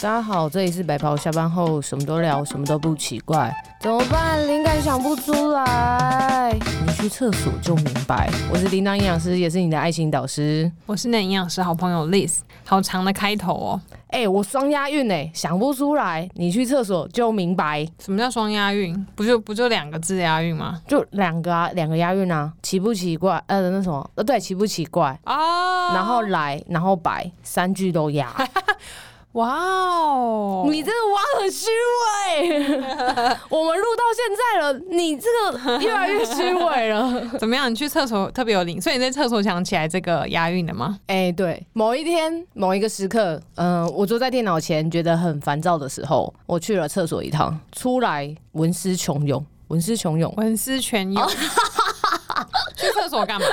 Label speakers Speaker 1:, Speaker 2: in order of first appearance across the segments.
Speaker 1: 大家好，这里是白袍，下班后什么都聊，什么都不奇怪。怎么办？灵感想不出来，你去厕所就明白。我是叮当营养师，也是你的爱心导师。
Speaker 2: 我是你的营养师好朋友 Liz，好长的开头哦。
Speaker 1: 哎、我双押韵哎、想不出来，你去厕所就明白，
Speaker 2: 什么叫双押韵？不就不就两个字押韵吗？
Speaker 1: 就两个啊，两个押韵啊，奇不奇怪？呃，那什么，呃，对，奇不奇怪？
Speaker 2: 哦，
Speaker 1: 然后来，然后白，三句都押。
Speaker 2: 哇哦，
Speaker 1: 你这个挖很虚伪，我们录到现在了，你这个越来越虚伪了。
Speaker 2: 怎么样？你去厕所特别有灵，所以你在厕所想起来这个押韵的吗？
Speaker 1: 哎、对，某一天某一个时刻，嗯、我坐在电脑前觉得很烦躁的时候，我去了厕所一趟，出来文思穷涌，文思穷 涌，
Speaker 2: 文思泉
Speaker 1: 哦
Speaker 2: 涌。 去厕所干嘛？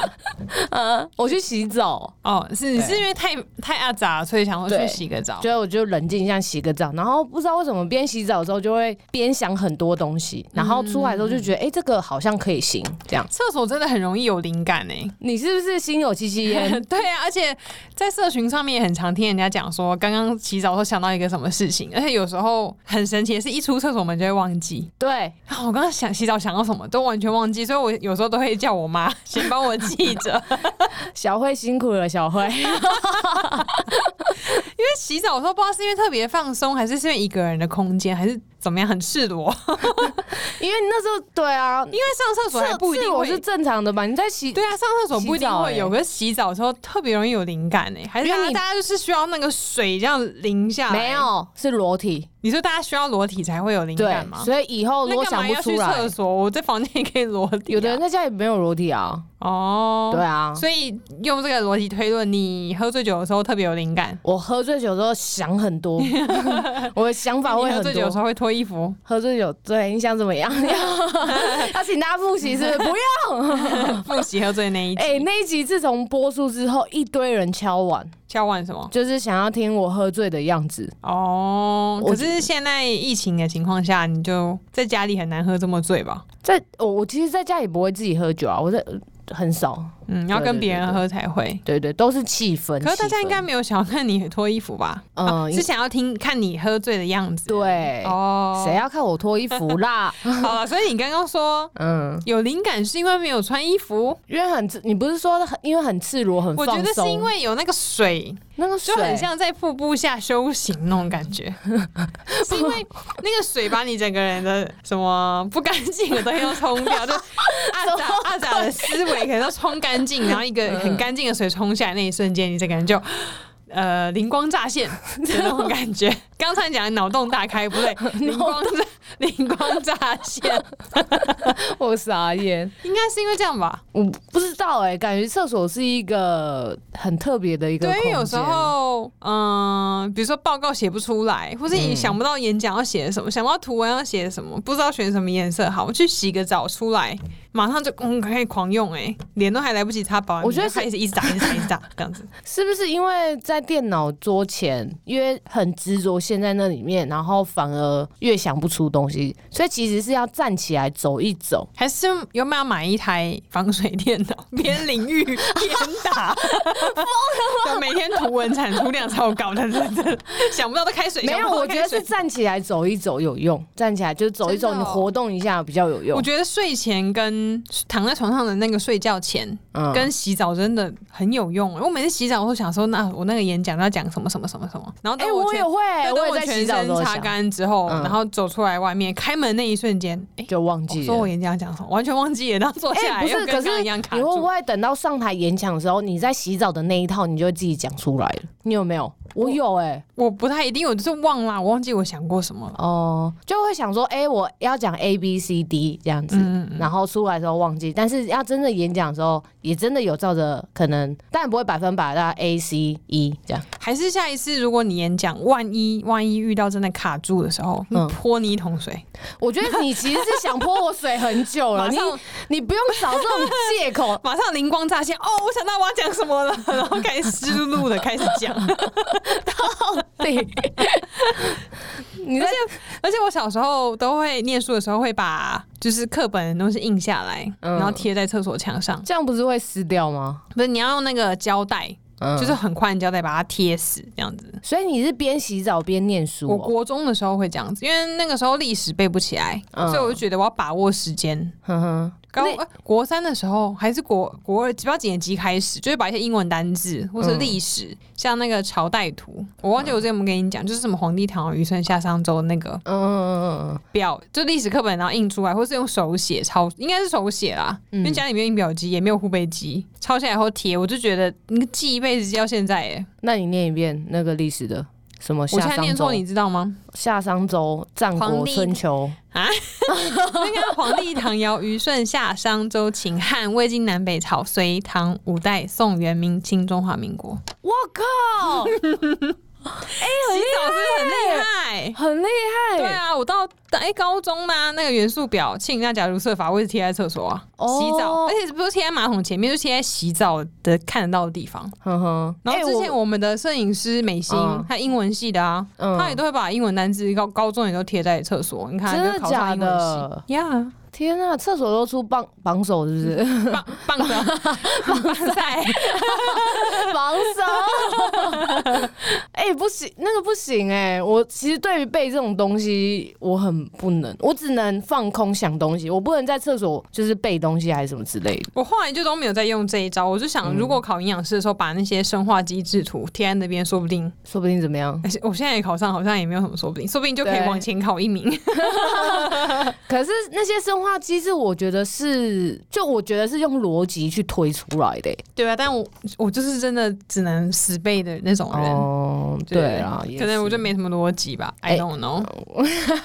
Speaker 1: 呃，我去洗澡，
Speaker 2: 哦，是你是因为太太阿杂，所以想说
Speaker 1: 对
Speaker 2: 去洗个澡。
Speaker 1: 所以我就冷静一下洗个澡，然后不知道为什么边洗澡的时候就会边想很多东西，然后出来之后就觉得，哎、这个好像可以行，这样。
Speaker 2: 厕所真的很容易有灵感呢、欸
Speaker 1: 你是不是心有戚戚焉？
Speaker 2: 对啊，而且在社群上面也很常听人家讲说，刚刚洗澡的时候想到一个什么事情，而且有时候很神奇的是，一出厕所门就会忘记。
Speaker 1: 对，
Speaker 2: 啊，我刚刚想洗澡想到什么都完全忘记，所以我有时候都会叫我妈 先帮我记着， 因
Speaker 1: 小慧辛苦了，小慧。
Speaker 2: 为洗澡的时候不知道是因为特别放松，还是是因为一个人的空间，还是怎么样，很赤 裸。
Speaker 1: 因为那时候对啊，
Speaker 2: 因为上厕所还不一定
Speaker 1: 我
Speaker 2: 会
Speaker 1: 是正常的吧？你在洗
Speaker 2: 对啊，上厕所不一定会
Speaker 1: 洗澡欸
Speaker 2: 有，可是洗澡的时候特别容易有灵感哎、还是大
Speaker 1: 因为
Speaker 2: 家
Speaker 1: 你
Speaker 2: 大家就是需要那个水这样淋下来。
Speaker 1: 没，有是裸体，
Speaker 2: 你说大家需要裸体才会有灵
Speaker 1: 对
Speaker 2: 感吗，？
Speaker 1: 所以以后如
Speaker 2: 那
Speaker 1: 果
Speaker 2: 干
Speaker 1: 想
Speaker 2: 嘛
Speaker 1: 不
Speaker 2: 要
Speaker 1: 出
Speaker 2: 去
Speaker 1: 来
Speaker 2: 厕，所，啊我在房间也可以裸体啊、
Speaker 1: 有的人在家里没有裸体啊，
Speaker 2: 哦，
Speaker 1: 对啊。
Speaker 2: 所以用这个逻辑推论，你喝醉酒的时候特别有灵感，
Speaker 1: 我喝醉酒之后想很 多，我的想法会
Speaker 2: 你喝
Speaker 1: 很
Speaker 2: 醉酒的时
Speaker 1: 多。
Speaker 2: 候会脱衣服，
Speaker 1: 喝醉酒，对，你想怎么样？要请大家复习是 不是？不要。
Speaker 2: 复习喝醉那一集，
Speaker 1: 哎、那一集自从播出之后，一堆人敲碗，
Speaker 2: 交换什么？
Speaker 1: 就是想要听我喝醉的样子。
Speaker 2: 哦，
Speaker 1: 我
Speaker 2: 可是现在疫情的情况下，你就在家里很难喝这么醉吧？
Speaker 1: 在我我其实在家里不会自己喝酒啊，我在很少，
Speaker 2: 嗯，要
Speaker 1: 对
Speaker 2: 跟
Speaker 1: 对
Speaker 2: 别
Speaker 1: 对
Speaker 2: 人
Speaker 1: 对
Speaker 2: 喝才会。
Speaker 1: 对对，都是气氛。
Speaker 2: 可是大家
Speaker 1: 气氛
Speaker 2: 应该没有想要看你脱衣服吧？
Speaker 1: 嗯
Speaker 2: 哦
Speaker 1: 应
Speaker 2: 是想要听看你喝醉的样子。
Speaker 1: 对，
Speaker 2: 哦，
Speaker 1: 谁要看我脱衣服 啦？
Speaker 2: 好了，所以你刚刚说
Speaker 1: 嗯，
Speaker 2: 有灵感是因为没有穿衣服，
Speaker 1: 因为很赤，你不是说很因为很赤裸很
Speaker 2: 我
Speaker 1: 放松？
Speaker 2: 觉得是因为有那个水，
Speaker 1: 那个
Speaker 2: 就
Speaker 1: 水
Speaker 2: 很像在瀑布下修行那种感觉，是因为那个水把你整个人的什么不干净的东西都冲掉，就阿杂阿杂的思维可能都冲干净，然后一个很干净的水冲下来那一瞬间，你整个人就。呃，灵光乍现的那种感觉。刚才讲的脑洞大开，不对，灵光乍灵光乍现，
Speaker 1: 我傻眼，
Speaker 2: 应该是因为这样吧？
Speaker 1: 我不知道哎、感觉厕所是一个很特别的一个
Speaker 2: 对，因为有
Speaker 1: 空
Speaker 2: 时
Speaker 1: 间
Speaker 2: 候，嗯、比如说报告写不出来，或是你想不到演讲要写什么，想不到图文要写什么，不知道选什么颜色好，我去洗个澡出来，马上就嗯可以狂用哎、脸都还来不及擦保养，
Speaker 1: 我觉得是
Speaker 2: 开始一直打，一直打，一直打这样子。
Speaker 1: 是不是因为在电脑桌前，因为很执着陷在那里面，然后反而越想不出东西，所以其实是要站起来走一走。
Speaker 2: 还是有没有买一台防水电脑，边淋浴边 打？就啊每天图文产出量超高，但是真的想不到都开水，
Speaker 1: 没
Speaker 2: 想
Speaker 1: 有，
Speaker 2: 不到
Speaker 1: 我
Speaker 2: 都
Speaker 1: 觉
Speaker 2: 开
Speaker 1: 得
Speaker 2: 水
Speaker 1: 是站起来走一走有用，站起来就走一走，
Speaker 2: 真
Speaker 1: 你
Speaker 2: 的哦
Speaker 1: 活动一下比较有用
Speaker 2: 我。觉得睡前跟躺在床上的那个睡觉前，
Speaker 1: 嗯
Speaker 2: 跟洗澡真的很有用。我每次洗澡，我都想说，那我那个演讲要讲什么什么什么什么，然后
Speaker 1: 哎、
Speaker 2: 等
Speaker 1: 我
Speaker 2: 全
Speaker 1: 也会，
Speaker 2: 对等
Speaker 1: 也
Speaker 2: 我
Speaker 1: 在洗
Speaker 2: 全
Speaker 1: 澡的时
Speaker 2: 身
Speaker 1: 候
Speaker 2: 擦
Speaker 1: 想，
Speaker 2: 干之后，
Speaker 1: 嗯
Speaker 2: 然后走出来外面，开门那一瞬间，哎、
Speaker 1: 就忘
Speaker 2: 我
Speaker 1: 记
Speaker 2: 说我
Speaker 1: 了。哎
Speaker 2: 演讲要讲什么，完全忘记了，然后坐下来、
Speaker 1: 不
Speaker 2: 又
Speaker 1: 是，
Speaker 2: 跟
Speaker 1: 可
Speaker 2: 刚
Speaker 1: 是
Speaker 2: 刚一
Speaker 1: 你
Speaker 2: 样卡
Speaker 1: 会不
Speaker 2: 住。
Speaker 1: 会等到上台演讲的时候，你在洗澡的那一套，你就会自己讲出来了？你有没有？我有哎、
Speaker 2: 我不太一定，我就是忘了，我忘记我想过什么了。
Speaker 1: 哦、就会想说，哎、我要讲 A B C D 这样子，
Speaker 2: 嗯
Speaker 1: 然后出来的时候忘记，但是要真的演讲的时候，也真的有照着可能，但不会百分百，大概 A C E 这样。
Speaker 2: 还是下一次，如果你演讲，万一万一遇到真的卡住的时候，你
Speaker 1: 嗯
Speaker 2: 泼你一桶水，
Speaker 1: 我觉得你其实是想泼我水很久了，
Speaker 2: 马
Speaker 1: 你
Speaker 2: 上
Speaker 1: 你不用找这种借口，
Speaker 2: 马上灵光乍现，哦，我想到我要讲什么了， 然后开始湿漉漉的开始讲。
Speaker 1: 对，你在
Speaker 2: 而且我小时候都会念书的时候会把就是课本的东西印下来，
Speaker 1: 嗯
Speaker 2: 然后贴在厕所墙上。
Speaker 1: 这样不是会撕掉吗？
Speaker 2: 不是你要用那个胶带
Speaker 1: 嗯
Speaker 2: 就是很宽的胶带把它贴死这样子。
Speaker 1: 所以你是边洗澡边念书、
Speaker 2: 我
Speaker 1: 哦，
Speaker 2: 国中的时候会这样子，因为那个时候历史背不起来，
Speaker 1: 嗯
Speaker 2: 所以我就觉得我要把握时间。
Speaker 1: 哼哼，
Speaker 2: 高
Speaker 1: 那
Speaker 2: 呃国三的时候还是国国二，不知道几年级开始，就是把一些英文单字或
Speaker 1: 嗯
Speaker 2: 是历史，像那个朝代图，我忘记我之前有没有跟你讲，就是什么皇帝堂皇余春夏商周那个
Speaker 1: 嗯嗯嗯
Speaker 2: 表，就历史课本然后印出来，或是用手写抄，应该是手写啦，
Speaker 1: 嗯
Speaker 2: 因为家里没有印表机，也没有护背机，抄下来后贴，我就觉得你记一辈子记到现在耶，
Speaker 1: 嗯，那你念一遍那个历史的什么
Speaker 2: 我
Speaker 1: 夏
Speaker 2: 现在
Speaker 1: 商
Speaker 2: 念
Speaker 1: 周
Speaker 2: 错，你知道吗？
Speaker 1: 夏商周、战
Speaker 2: 皇
Speaker 1: 国、
Speaker 2: 帝
Speaker 1: 春秋，
Speaker 2: 那个皇帝、唐、尧、虞、舜、夏、商、周、秦、汉、魏晋、南北朝、隋唐、五代、宋、元、明清、中华民国。
Speaker 1: 我靠，
Speaker 2: 洗澡是很厉害。
Speaker 1: 很厉
Speaker 2: 对
Speaker 1: 害！
Speaker 2: 啊，我到哎、高中嘛，那个元素表庆那假如设法，我也是贴在厕所啊，
Speaker 1: 哦
Speaker 2: 洗澡，而且不是贴在马桶前面，就贴在洗澡的看得到的地方。
Speaker 1: 哼哼，
Speaker 2: 然后
Speaker 1: 哎
Speaker 2: 之前我们的摄影师美心，
Speaker 1: 嗯
Speaker 2: 她英文系的啊，
Speaker 1: 嗯
Speaker 2: 她也都会把英文单字高高中也都贴在厕所，你看
Speaker 1: 真的
Speaker 2: 就考
Speaker 1: 假
Speaker 2: 上英文系。
Speaker 1: 的？
Speaker 2: 呀，
Speaker 1: 天啊，厕所都出榜榜首是不是？
Speaker 2: 棒棒 的棒啊赛，
Speaker 1: 榜首？ 哎、不行，那个不行哎、我其实对于背这种东西，我很不能，我只能放空想东西，我不能在厕所就是背东西还是什么之类的。
Speaker 2: 我后来就都没有再用这一招。我就
Speaker 1: 嗯
Speaker 2: 想，如果考营养师的时候，把那些生化机制图贴在那边，说不定
Speaker 1: 说不定怎么样？
Speaker 2: 而且我现在也考上，好像也没有什么说不定，说不定就可以
Speaker 1: 对
Speaker 2: 往前考一名。
Speaker 1: 可是那些生化机制，我觉得是，就我觉得是用逻辑去推出来的欸、
Speaker 2: 对啊，但我我就是真的只能死背的那种人。
Speaker 1: 哦，对啊，也
Speaker 2: 可能我
Speaker 1: 是
Speaker 2: 就没什么逻辑吧
Speaker 1: 哎
Speaker 2: ，I don't know、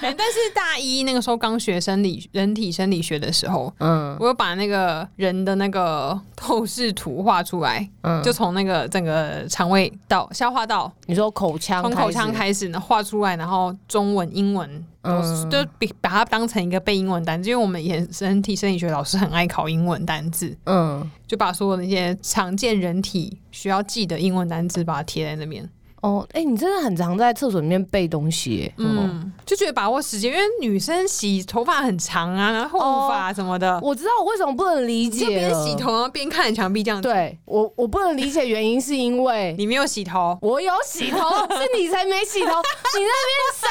Speaker 2: 哎 但是大一那个时候刚学生理人体生理学的时候，
Speaker 1: 嗯
Speaker 2: 我有把那个人的那个透视图画出来，
Speaker 1: 嗯，
Speaker 2: 就
Speaker 1: 就
Speaker 2: 从那个整个肠胃道、消化道，
Speaker 1: 你说口腔
Speaker 2: 从口腔
Speaker 1: 始
Speaker 2: 开始呢画出来，然后中文、英文都是、
Speaker 1: 嗯
Speaker 2: 就比把它当成一个背英文单词，因为我们以前人体生理学老师很爱考英文单字。
Speaker 1: 嗯。
Speaker 2: 就把所有那些常见人体需要记的英文单词把它贴在那边。
Speaker 1: 哦，哎、你真的很常在厕所里面背东西耶，嗯，
Speaker 2: 嗯，就觉得把握时间，因为女生洗头发很长啊，然后护发什么的，
Speaker 1: 哦我知道我为什么不能理
Speaker 2: 你就
Speaker 1: 解
Speaker 2: 边
Speaker 1: 了。
Speaker 2: 洗头然后边看着墙壁这样 子。
Speaker 1: 对我，我不能理解原因是因为
Speaker 2: 你没有洗头，
Speaker 1: 我有洗头，是你才没洗头，你 那边三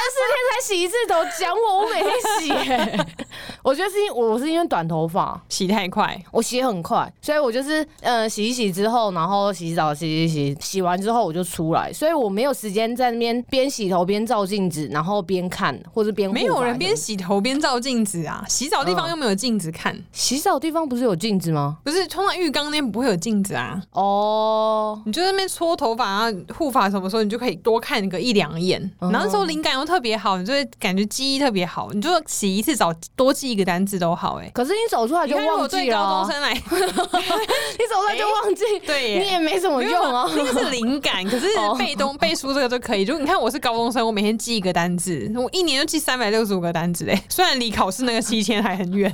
Speaker 1: 四天才洗一次头，讲我我每天洗耶。 我觉得是因我是因为短头发，
Speaker 2: 洗太快，
Speaker 1: 我洗很快，所以我就是呃洗一洗之后，然后洗澡洗洗洗，洗完之后我就出来，所以我没有时间在那边边洗头边照镜子，然后边看或者边
Speaker 2: 没有
Speaker 1: 护发
Speaker 2: 人边洗头边照镜子啊。洗澡
Speaker 1: 嗯
Speaker 2: 地方又没有镜子看，
Speaker 1: 洗澡的地方不是有镜子吗？
Speaker 2: 不是通常浴缸那边不会有镜子啊。
Speaker 1: 哦，
Speaker 2: 你就在那边搓头发啊、护发什么时候，你就可以多看个一两眼。
Speaker 1: 哦
Speaker 2: 然后那时候灵感又特别好，你就会感觉记忆特别好。你就洗一次澡，多记一个单字都好、欸。
Speaker 1: 可是你走出来
Speaker 2: 哎，你
Speaker 1: 就
Speaker 2: 看，如
Speaker 1: 忘
Speaker 2: 果对
Speaker 1: 记了
Speaker 2: 高
Speaker 1: 啊、
Speaker 2: 中生 来，
Speaker 1: 你走出来就忘记，
Speaker 2: 哎对
Speaker 1: 你
Speaker 2: 耶。
Speaker 1: 也没什么用 啊。
Speaker 2: 那个是灵感，可是
Speaker 1: 哦
Speaker 2: 背东背书这个就可以。如果你看我是高中生，我每天记一个单字，我一年就记三百六十五个单字哎。虽然离考试那个七千还很远，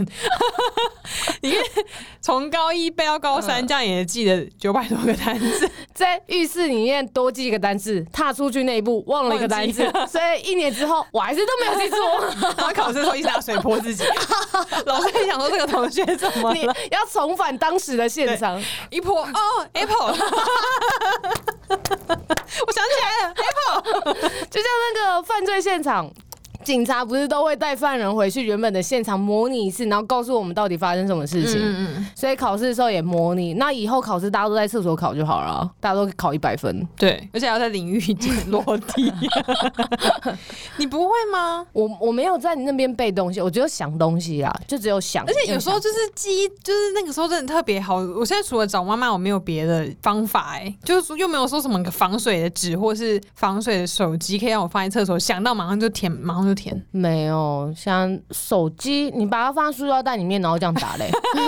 Speaker 2: 你看从高一背到高
Speaker 1: 嗯
Speaker 2: 三，这样也记了九百多个单字。
Speaker 1: 在浴室里面多记一个单字，踏出去那一步忘了一个单字， 所以一年之后我还是都没有 记住。
Speaker 2: 然后考试的时候一直拿水泼 自己，老师也想说这个同学怎么
Speaker 1: 你
Speaker 2: 了？
Speaker 1: 要重返当时的现场，
Speaker 2: 一泼哦，Apple，我想 起来了，
Speaker 1: 就像那个犯罪现场。警察不是都会带犯人回去原本的现场模拟一次，然后告诉我们到底发生什么事情。
Speaker 2: 嗯嗯，
Speaker 1: 所以考试的时候也模拟。那以后考试大家都在厕所考就好了啊，大家都考一百分。
Speaker 2: 对，而且还要在淋浴间落地， 你不会吗？
Speaker 1: 我我没有在你那边背东西，我只有想东西啊，就只有想。
Speaker 2: 而且有时候就是记忆，就是那个时候真的特别好。我现在除了找妈妈，我没有别的方法哎、就是说又没有说什么防水的纸或是防水的手机可以让我放在厕所，想到马上就填，马上就填。
Speaker 1: 没有，像手机，你把它放在塑料袋里面，然后这样打 嘞，
Speaker 2: 这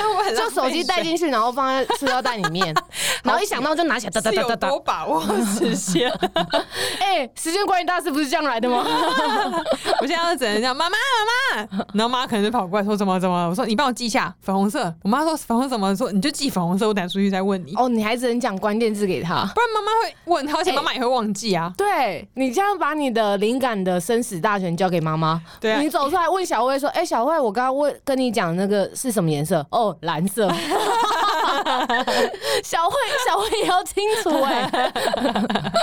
Speaker 2: 样我很
Speaker 1: 就
Speaker 2: 浪费
Speaker 1: 手机带
Speaker 2: 水
Speaker 1: 进去，然后放在塑料袋里 面，然后一想到就拿起来，哒哒
Speaker 2: 是
Speaker 1: 哒
Speaker 2: 有
Speaker 1: 哒哒
Speaker 2: 多。把 握时间？
Speaker 1: 哎，时间管理大师不是这样来的 吗？
Speaker 2: 我现在要只能这样，妈妈妈妈，然后妈可能就跑过来说怎么怎么，我说你帮我记一下粉红色，我妈说粉红色怎么说，你就记粉红色，我等下出去再问你，
Speaker 1: 哦，你还只能讲关键字给他。
Speaker 2: 不然妈妈会问她，而且
Speaker 1: 哎
Speaker 2: 妈妈也会忘 记啊。
Speaker 1: 对你这样把你的灵感的生死大权交给妈妈，
Speaker 2: 对啊
Speaker 1: 你走出来问小慧说：“哎、小慧，我刚刚问跟你讲那个是什么颜色？哦，蓝色。” 小慧，小慧也要清楚哎、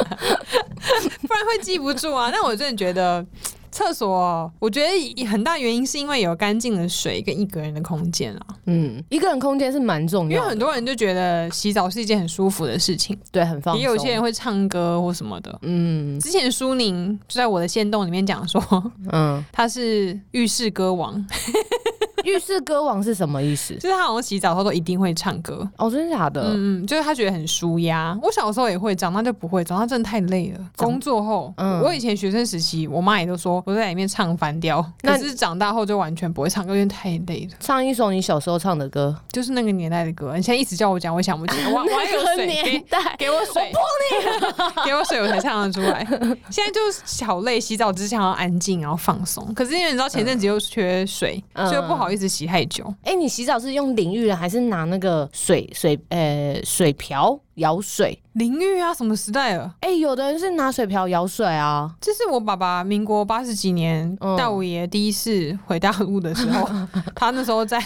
Speaker 2: 不然会记不住啊。但我真的觉得厕所，我觉得很大原因是因为有干净的水跟一个人的空间啊。
Speaker 1: 嗯，一个人空间是蛮重
Speaker 2: 因为
Speaker 1: 要的，
Speaker 2: 很多人就觉得洗澡是一件很舒服的事情，
Speaker 1: 对，很放松。
Speaker 2: 也有些人会唱歌或什么的。
Speaker 1: 嗯
Speaker 2: 之前苏宁就在我的线洞里面讲说，
Speaker 1: 嗯，
Speaker 2: 他是浴室歌王，
Speaker 1: 浴室歌王是什么意思？
Speaker 2: 就是他好像洗澡后都一定会唱歌。
Speaker 1: 哦，真的假的？
Speaker 2: 嗯嗯，就是他觉得很舒压。我小时候也会，长大就不会，长大真的太累了。
Speaker 1: 长
Speaker 2: 工作后，
Speaker 1: 嗯
Speaker 2: 我以前学生时期，我妈也都说我在里面唱翻调，
Speaker 1: 那
Speaker 2: 可是长大后就完全不会唱歌，因为太累了。
Speaker 1: 唱一首你小时候唱的歌，
Speaker 2: 就是那个年代的歌，你现在一直叫我讲，我想不起来。我我哦还 有
Speaker 1: 那个
Speaker 2: 水
Speaker 1: 年
Speaker 2: 给
Speaker 1: 代，
Speaker 2: 给我水， 给我水，我才唱得出来。现在就是小累，洗澡只想要安静，然后放松。可是因为你知道前阵子又缺水，
Speaker 1: 嗯
Speaker 2: 所以又不好意思洗太久。
Speaker 1: 哎、你洗澡是用淋浴的，还是拿那个水水呃水瓢舀水？
Speaker 2: 淋浴啊，什么时代了？
Speaker 1: 哎、有的人是拿水瓢舀水啊，
Speaker 2: 这是我爸爸民国八十几年
Speaker 1: 嗯
Speaker 2: 大五爷第一次回大陆 的时候，他那时候在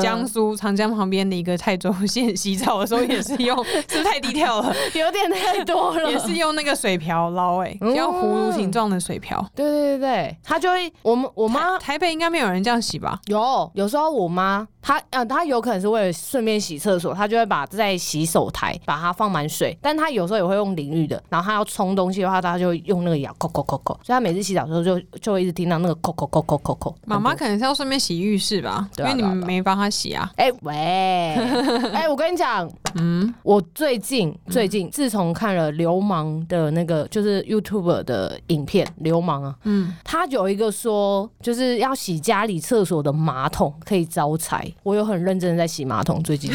Speaker 2: 江苏长江旁边的一个泰州县洗澡的时候，也是 用，是不是太低调了？
Speaker 1: 有点太多了。
Speaker 2: 也是用那个水瓢捞、欸，
Speaker 1: 嗯
Speaker 2: 哎，要葫芦形状的水瓢。
Speaker 1: 对对对对，他就会，我们我妈
Speaker 2: 台北应该没有人这样洗吧？
Speaker 1: 有有时候我妈她呃她有可能是为了顺便洗厕所，她就会把在洗手台把它放满水，但她有时候也会用淋浴的，然后她要冲东西的话，她就会用那个摇扣扣扣扣，所以她每次洗澡的时候就就会一直听到那个扣扣扣扣扣扣。
Speaker 2: 妈妈可能是要顺便洗浴室吧，
Speaker 1: 对啊
Speaker 2: 因为你们没帮她洗啊。
Speaker 1: 哎、喂，哎、我跟你讲，
Speaker 2: 嗯，
Speaker 1: 我最近最近自从看了流氓的那个就是 YouTube 的影片，流氓啊，
Speaker 2: 嗯，
Speaker 1: 他有一个说就是要洗家里厕所的马桶可以招财，我有很认真的在洗马桶，最近。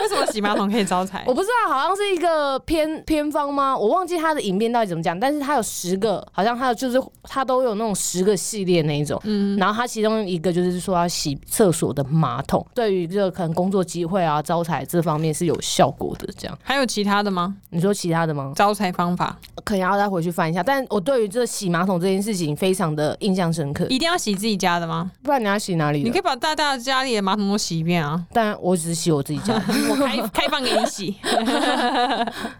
Speaker 2: 为什么洗马桶可以招财
Speaker 1: 我？不知道，好像是一个偏偏方吗？我忘记它的影片到底怎么讲，但是它有十个，好像它就是它都有那种十个系列那一种。嗯，然后它其中一个就是说要洗厕所的马桶，对于这个可能工作机会啊、招财这方面是有效果的。这样，
Speaker 2: 还有其他的吗？
Speaker 1: 你说其他的吗？
Speaker 2: 招财方法
Speaker 1: 可能要再回去翻一下。但我对于这洗马桶这件事情非常的印象深刻。
Speaker 2: 一定要洗自己家的吗？
Speaker 1: 不然你要洗哪里
Speaker 2: 你
Speaker 1: 的？
Speaker 2: 可以把大大家里的马桶都洗一 遍啊，
Speaker 1: 但我只洗我自己 家的。
Speaker 2: 我开开放给你洗。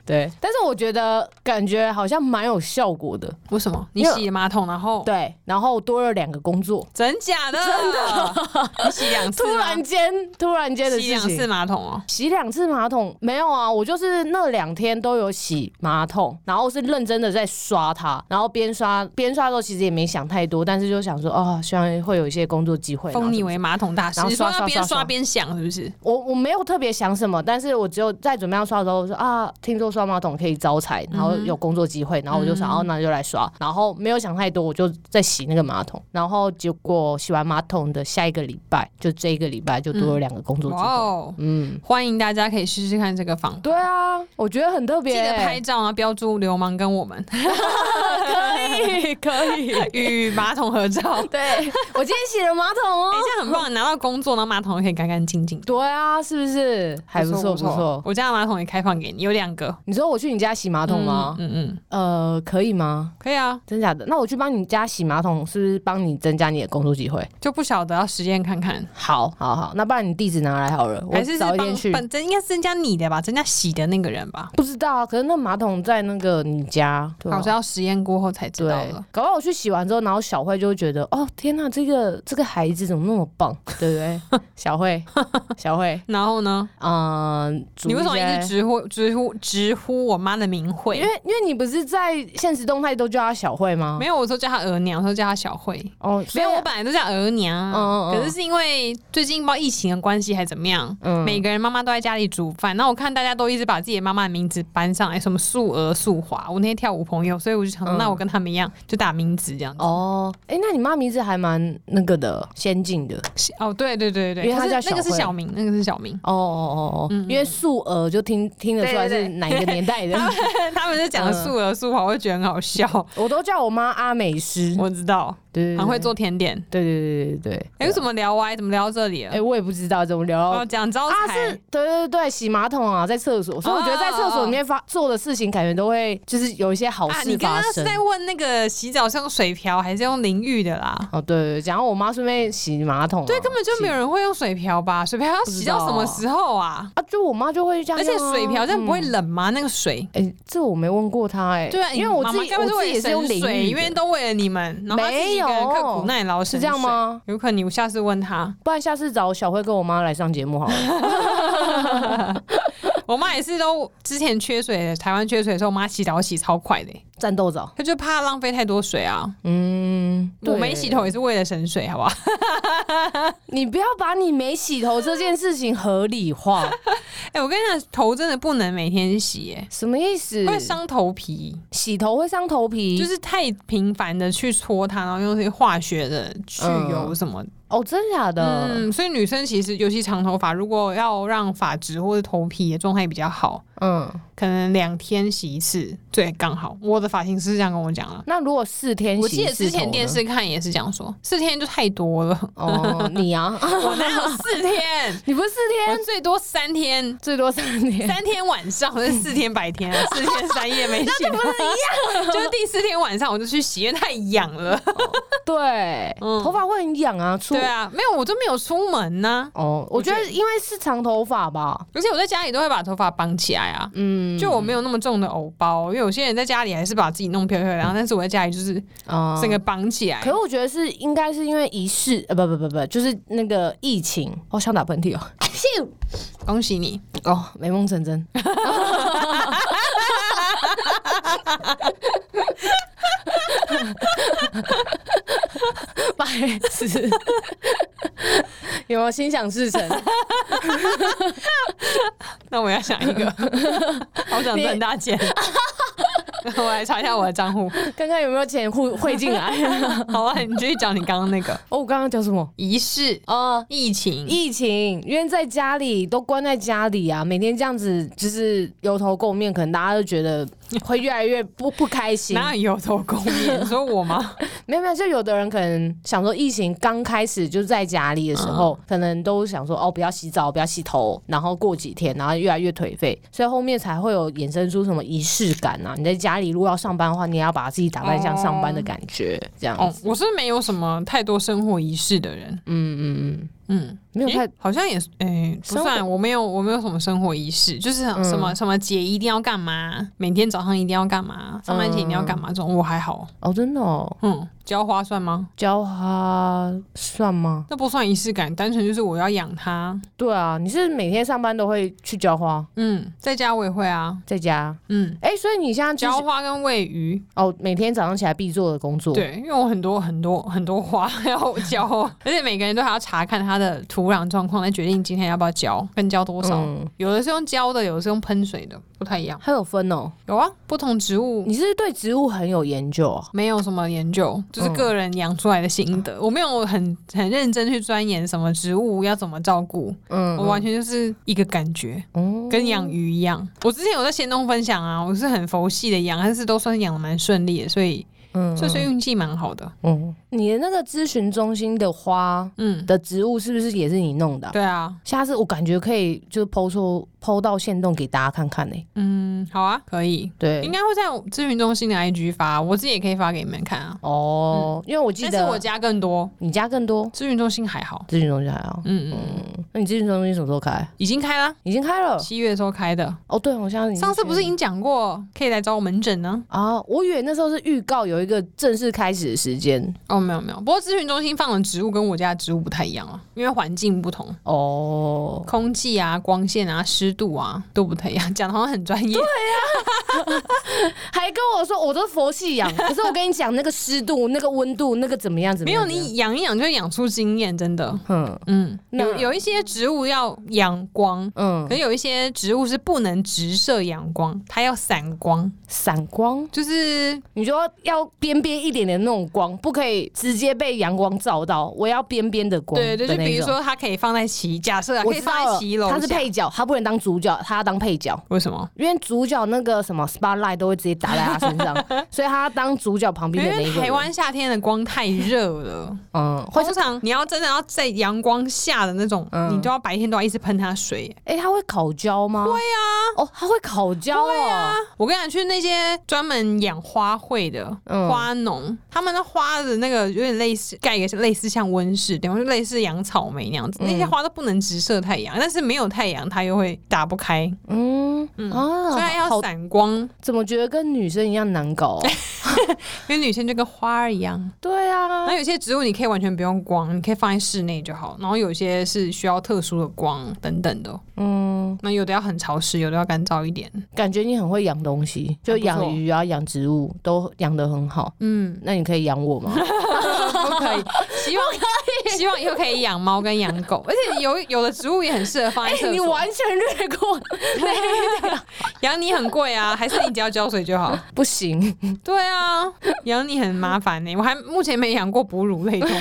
Speaker 1: 对，但是我觉得感觉好像蛮有效果的。
Speaker 2: 为什么？你洗马桶然后
Speaker 1: 对，然后多了两个工作。
Speaker 2: 真假的？真的？ 你洗两次吗？
Speaker 1: 突然间，突然间的
Speaker 2: 洗
Speaker 1: 事
Speaker 2: 两次
Speaker 1: 情。
Speaker 2: 马桶哦。
Speaker 1: 洗两次马桶没有啊，我就是那两天都有洗马桶，然后是认真的在刷它，然后边刷边刷的时候其实也没想太多，但是就想说啊、希望会有一些工作机会。然后
Speaker 2: 封你
Speaker 1: 什么
Speaker 2: 为马桶大师，
Speaker 1: 然后
Speaker 2: 你说
Speaker 1: 刷
Speaker 2: 要
Speaker 1: 刷
Speaker 2: 边
Speaker 1: 刷
Speaker 2: 刷边想是不是？
Speaker 1: 我我没有特别想什么，但是我只有在准备要刷的时候，我说啊，听说刷马桶可以招财，然后有工作机会，然后我就想，哦、那就来刷，然后没有想太多，我就在洗那个马桶，然后结果洗完马桶的下一个礼拜，就这一个礼拜就多了两个工作机
Speaker 2: 哇
Speaker 1: 会，
Speaker 2: 哦！
Speaker 1: 嗯。
Speaker 2: 欢迎大家可以试试看这个方法。
Speaker 1: 对啊，我觉得很特别、欸
Speaker 2: 记得拍照啊，标注流氓跟 我们
Speaker 1: 可 以，可以。
Speaker 2: 与马桶 合照。哎，
Speaker 1: 对，我今天洗了马桶哦。
Speaker 2: 这样很棒，拿到工作，然后马桶也可以干干净净。
Speaker 1: 对啊，是不是？还不错，不错。
Speaker 2: 我家的马桶也开放给你，有两个
Speaker 1: 你说我去你家洗马桶吗？
Speaker 2: 嗯嗯，嗯
Speaker 1: 呃，可以吗？
Speaker 2: 可以啊，
Speaker 1: 真假的？那我去帮你家洗马桶，是不是帮你增加你的工作机会？
Speaker 2: 就不晓得要实验看看，
Speaker 1: 好，好，好，那不然你地址拿来好了，我
Speaker 2: 还是是
Speaker 1: 早一天
Speaker 2: 帮
Speaker 1: 去。
Speaker 2: 本应该是增加你的吧，增加洗的那个人吧。
Speaker 1: 不知道啊，可是那马桶在那个你家，对啊
Speaker 2: 好像要实验过后才知
Speaker 1: 对
Speaker 2: 道了。，
Speaker 1: 搞不好我去洗完之后，然后小慧就会觉得，哦，天哪，这个这个孩子怎么那么棒，对 不对？小慧，小慧，
Speaker 2: 然后呢？
Speaker 1: 嗯，煮
Speaker 2: 你为什么一
Speaker 1: 些
Speaker 2: 直直呼直呼直呼我妈的名讳
Speaker 1: 因？为因为你不是在现实动态都叫她小慧吗？
Speaker 2: 没有，我说叫她额娘，我说叫她小慧。
Speaker 1: 哦，
Speaker 2: 没
Speaker 1: 所以
Speaker 2: 有，我本来都叫额娘，啊
Speaker 1: 嗯嗯嗯
Speaker 2: 可是是因为最近不知道疫情的关系还怎么样，
Speaker 1: 嗯
Speaker 2: 每个人妈妈都在家里煮饭。那我看大家都一直把自己的妈妈的名字搬上来，什么素娥、素华。我那天跳舞朋友，所以我就想说，
Speaker 1: 嗯
Speaker 2: 那我跟他们一样，就打名字这样子。
Speaker 1: 哦，哎、那你妈名字还蛮那个的，先进的。
Speaker 2: 哦，对对对对，
Speaker 1: 因为她
Speaker 2: 可是
Speaker 1: 叫
Speaker 2: 那
Speaker 1: 小
Speaker 2: 个是
Speaker 1: 慧
Speaker 2: 小明，那个是小 明。
Speaker 1: 哦哦哦哦，因为素娥就听听得出来
Speaker 2: 嗯对
Speaker 1: 是
Speaker 2: 对对
Speaker 1: 哪一个年代的。
Speaker 2: 他们在讲
Speaker 1: 嗯
Speaker 2: 素娥、素华，我就觉得很好笑。
Speaker 1: 我都叫我妈阿美师，
Speaker 2: 我知道，
Speaker 1: 对对，对
Speaker 2: 很会。做甜点。
Speaker 1: 对对对对对
Speaker 2: 哎、
Speaker 1: 对。
Speaker 2: 为什么聊歪？怎么聊到这里
Speaker 1: 哎、
Speaker 2: 了？
Speaker 1: 我也不知道怎么聊到。
Speaker 2: 哦，讲招
Speaker 1: 啊，
Speaker 2: 财
Speaker 1: 是，对对对，洗马桶啊，在厕所，所以我觉得在厕所里面发做的事情，感觉都会哦就是有一些好
Speaker 2: 哦啊，
Speaker 1: 事
Speaker 2: 你刚
Speaker 1: 发
Speaker 2: 刚是
Speaker 1: 生。
Speaker 2: 在问那个洗澡是用水瓢还是用淋浴的啦？
Speaker 1: 哦哦，对对对，讲到我妈顺便洗马桶啊、
Speaker 2: 对，根本就没有人会用水瓢吧？水瓢要
Speaker 1: 不知
Speaker 2: 洗到到什么时候啊？
Speaker 1: 啊，就我妈就会这样、
Speaker 2: 而且水瓢这样不会
Speaker 1: 嗯
Speaker 2: 冷吗？那个水。
Speaker 1: 哎、这我没问过他哎、
Speaker 2: 对啊，
Speaker 1: 因为我
Speaker 2: 妈
Speaker 1: 自
Speaker 2: 妈
Speaker 1: 己
Speaker 2: 该不
Speaker 1: 我
Speaker 2: 是
Speaker 1: 自己
Speaker 2: 为
Speaker 1: 也
Speaker 2: 了
Speaker 1: 是用
Speaker 2: 省
Speaker 1: 淋
Speaker 2: 水，
Speaker 1: 浴
Speaker 2: 因为
Speaker 1: 的，
Speaker 2: 都为了你们，然后她自己一个人刻苦耐劳，
Speaker 1: 是这样？吗？
Speaker 2: 有可能，我下次问他，
Speaker 1: 不然下次找小慧跟我妈来上节目好了。
Speaker 2: 我妈也是都之前缺水，台湾缺水的时候，我妈洗澡洗超快的、
Speaker 1: 战斗澡，
Speaker 2: 她就怕浪费太多水啊。
Speaker 1: 嗯，
Speaker 2: 我
Speaker 1: 对
Speaker 2: 没洗，头也是为了省水，好不好？
Speaker 1: 你不要把你没洗头这件事情合理 化，
Speaker 2: 哎、我跟你讲，头真的不能每天洗、耶
Speaker 1: 什么意思？
Speaker 2: 会伤头皮，
Speaker 1: 洗头会伤头皮，
Speaker 2: 就是太频繁的去搓它，然后用那些化学的去油什么的。
Speaker 1: 哦，真假的？
Speaker 2: 嗯，所以女生其实尤其长头发，如果要让发质或者头皮的状态比较好，
Speaker 1: 嗯，
Speaker 2: 可能两天洗一次最刚好。我的发型师是这样跟我讲了。
Speaker 1: 那如果四天洗
Speaker 2: 我记得
Speaker 1: 一次
Speaker 2: 之前
Speaker 1: 头
Speaker 2: 电
Speaker 1: 呢
Speaker 2: 视看也是这样说，四天就太多了，
Speaker 1: 哦，你啊，
Speaker 2: 我哪有四天？
Speaker 1: 你不是四天，
Speaker 2: 我最多三天，
Speaker 1: 最多三天，
Speaker 2: 三天晚上，我是四天白 天啊，四天三夜没洗，
Speaker 1: 不是
Speaker 2: 就是第四天晚上我就去洗，因为太痒 了。
Speaker 1: 对，
Speaker 2: 嗯
Speaker 1: 头发会很痒啊，出
Speaker 2: 对啊，没有，我就没有出门呐、
Speaker 1: 哦，我觉得因为是长头发吧，
Speaker 2: 而且我在家里都会把头发绑起来啊，
Speaker 1: 嗯，
Speaker 2: 就我没有那么重的偶包，因为有些人在家里还是把自己弄漂漂亮，亮，但是我在家里就是
Speaker 1: 啊
Speaker 2: 整个绑起来。
Speaker 1: 嗯可是我觉得是应该是因为仪式，呃，不不不不，就是那个疫情，我、想打喷嚏哦，咻，
Speaker 2: 恭喜你，
Speaker 1: 哦，美梦成真。 白痴，有没有心想事成？
Speaker 2: 那我要想一 个，好想赚大钱。 我来查一下我的账 户。
Speaker 1: 看看有没有钱汇汇进来。
Speaker 2: 好啊，你继续讲你刚刚那个
Speaker 1: 哦，我刚刚讲什么？
Speaker 2: 仪式、
Speaker 1: 哦，
Speaker 2: 疫情，
Speaker 1: 疫情，因为在家里都关在家里啊，每天这样子就是油头垢面，可能大家都觉得会越来越不不开 心。
Speaker 2: 哪有油头垢面？你说我吗？
Speaker 1: 没有没有，就有的人可能想说，疫情刚开始就在家里的时候，可能都想说哦，不要洗澡，不要洗头，然后过几天，然后越来越颓废，所以后面才会有衍生出什么仪式感啊。你在家里如果要上班的话，你也要把自己打扮像上班的感觉，这样
Speaker 2: 哦
Speaker 1: 子。，
Speaker 2: 我是没有什么太多生活仪式的人。
Speaker 1: 嗯嗯嗯，
Speaker 2: 嗯，
Speaker 1: 没有太
Speaker 2: 诶好像也是，哎、不
Speaker 1: 生活嗯
Speaker 2: 算，我没有，我没有什么生活仪式，就是什么、什么节一定要干嘛，每天早上一定要干嘛，上班前一定要干嘛，这种我还好。
Speaker 1: 哦，真的哦，
Speaker 2: 嗯，浇花算吗？
Speaker 1: 浇花算吗？
Speaker 2: 那不算仪式感，单纯就是我要养它。
Speaker 1: 对啊，你是每天上班都会去浇花，
Speaker 2: 嗯，在家我也会啊。
Speaker 1: 在家。
Speaker 2: 嗯，
Speaker 1: 哎、所以你现在就
Speaker 2: 浇
Speaker 1: 是
Speaker 2: 花跟喂鱼，
Speaker 1: 哦，每天早上起来必做的工作。，
Speaker 2: 对，因为我很多很多很多花要浇， 而且每个人都还要查看它的土壤状况，来决定今天要不要浇，跟浇多少。
Speaker 1: 嗯，
Speaker 2: 有的是用浇的，有的是用喷水的，不太一样。
Speaker 1: 还有分哦。
Speaker 2: 有啊，不同植物
Speaker 1: 你是不是对植物很有研究啊？
Speaker 2: 没有什么研究，就是
Speaker 1: 嗯
Speaker 2: 个人养出来的心得。我没有很很认真去钻研什么植物要怎么照顾，
Speaker 1: 嗯
Speaker 2: 我完全就是一个感觉，
Speaker 1: 嗯
Speaker 2: 跟养鱼一样。我之前有在仙东分享啊，我是很佛系的养，但是都算养的蛮顺利的，所以
Speaker 1: 嗯
Speaker 2: 所以运气蛮好的。
Speaker 1: 嗯，你的那个咨询中心的花
Speaker 2: 嗯，
Speaker 1: 的植物是不是也是你弄的啊、
Speaker 2: 对啊，
Speaker 1: 下次我感觉可以就剖出剖到线洞给大家看看呢、
Speaker 2: 嗯，好啊，可以，应
Speaker 1: 对，
Speaker 2: 该会在咨询中心的 IG 发，我自己也可以发给你们看啊。
Speaker 1: 哦，因为我记
Speaker 2: 但是
Speaker 1: 得
Speaker 2: 我家更多，
Speaker 1: 你家更多
Speaker 2: 咨询中心还好。
Speaker 1: 咨询中心还好。
Speaker 2: 嗯嗯，
Speaker 1: 那你咨询中心什么时候开？
Speaker 2: 已经开了，
Speaker 1: 已经开了。
Speaker 2: 七月的时候开的。
Speaker 1: 哦，对，我相信
Speaker 2: 上次不是已经讲过可以来找我门诊呢？
Speaker 1: 啊？我以为那时候是预告有一个正式开始的时间。
Speaker 2: 哦，没有没有，不过咨询中心放的植物跟我家的植物不太一样啊，因为环境不同，
Speaker 1: 哦，
Speaker 2: 空气啊、光线啊、湿度啊都不太一样， 讲的好像很专业。
Speaker 1: 啊还跟我说我都佛系养，可是我跟你讲那个湿度、那个温度、那个怎么样怎么
Speaker 2: 没
Speaker 1: 样？
Speaker 2: 有，你养一养就会养出经验，真的。
Speaker 1: 嗯
Speaker 2: 嗯，
Speaker 1: 那
Speaker 2: 有有一些植物要阳光，
Speaker 1: 嗯
Speaker 2: 可，是有一些植物是不能直射阳光，它要散光，
Speaker 1: 散光，
Speaker 2: 就是
Speaker 1: 你说要边边一点点那种光，不可以直接被阳光照到，我要边边的光
Speaker 2: 对对，就
Speaker 1: 的那
Speaker 2: 比如
Speaker 1: 种
Speaker 2: 说它可以放在骑，假设啊
Speaker 1: 我
Speaker 2: 可以
Speaker 1: 知
Speaker 2: 放
Speaker 1: 道
Speaker 2: 在
Speaker 1: 了
Speaker 2: 骑楼，
Speaker 1: 他是配角，他不能当主角，他要当配角。
Speaker 2: 为什么？
Speaker 1: 因为主角那个什么 spotlight 都会直接打在他身上，所以他要当主角旁
Speaker 2: 因
Speaker 1: 边的那一 个
Speaker 2: 为
Speaker 1: 人。
Speaker 2: 台湾夏天的光太热了。
Speaker 1: 嗯， 会
Speaker 2: 通常你要真的要在阳光下的那种，
Speaker 1: 嗯
Speaker 2: 你都要白天都要一直喷它水。
Speaker 1: 哎、他会烤焦吗？会啊，哦，他会烤焦哦。
Speaker 2: 啊我跟你讲，去那些专门养花卉的
Speaker 1: 嗯
Speaker 2: 花农，他们的花的那个有有点类似盖一个类似像温室的地方，就类似养草莓那样
Speaker 1: 嗯
Speaker 2: 子。那些花都不能直射太阳，但是没有太阳它又会打不开，
Speaker 1: 嗯
Speaker 2: 嗯所以它
Speaker 1: 啊，
Speaker 2: 要
Speaker 1: 好，
Speaker 2: 散光。
Speaker 1: 怎么觉得跟女生一样难搞啊？
Speaker 2: 因为女生就跟花儿一样。
Speaker 1: 对啊
Speaker 2: 然后，有些植物你可以完全不用光，你可以放在室内就好。然后有些是需要特殊的光等等的。
Speaker 1: 嗯，
Speaker 2: 那有的要很潮湿，有的要干燥一点。
Speaker 1: 感觉你很会养东西，就
Speaker 2: 还不错
Speaker 1: 养鱼啊、养植物都养得很好。
Speaker 2: 嗯，
Speaker 1: 那你可以养我 吗？
Speaker 2: 不可以。 希望希望以后可以养猫跟养狗，而且有有的植物也很适合放在厕所。
Speaker 1: 你完全略过，
Speaker 2: 养你很贵 啊，还是你只要浇水就好？
Speaker 1: 不行，
Speaker 2: 对啊，养你很麻烦呢、 我还目前没养过哺乳类动 物。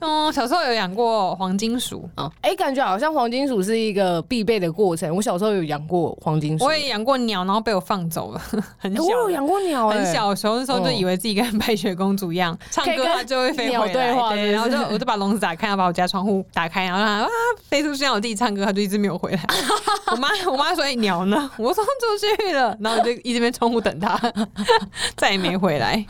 Speaker 2: 哦，小时候有养过黄金鼠，
Speaker 1: 哦，哎、感觉好像黄金鼠是一个必备的过程。我小时候有养过黄金鼠，
Speaker 2: 我也养过鸟，然后被我放走了， 很
Speaker 1: 哎
Speaker 2: 小
Speaker 1: 我。有养过鸟、哎，
Speaker 2: 很小的时候，那时候就以为自己跟白雪公主一样，唱
Speaker 1: 哦可以
Speaker 2: 歌
Speaker 1: 跟
Speaker 2: 它就会飞
Speaker 1: 鸟
Speaker 2: 回来。
Speaker 1: 对话
Speaker 2: 然后
Speaker 1: 是
Speaker 2: 就
Speaker 1: 不是
Speaker 2: 我就把笼子打开，然后把我家窗户打开，然后让它啊飞出去，让我自己唱歌，它就一直没 有回来。我妈我妈说：“哎、鸟呢？” 我说：“出去了。”然后我就一直边窗户等它， 再也没回来。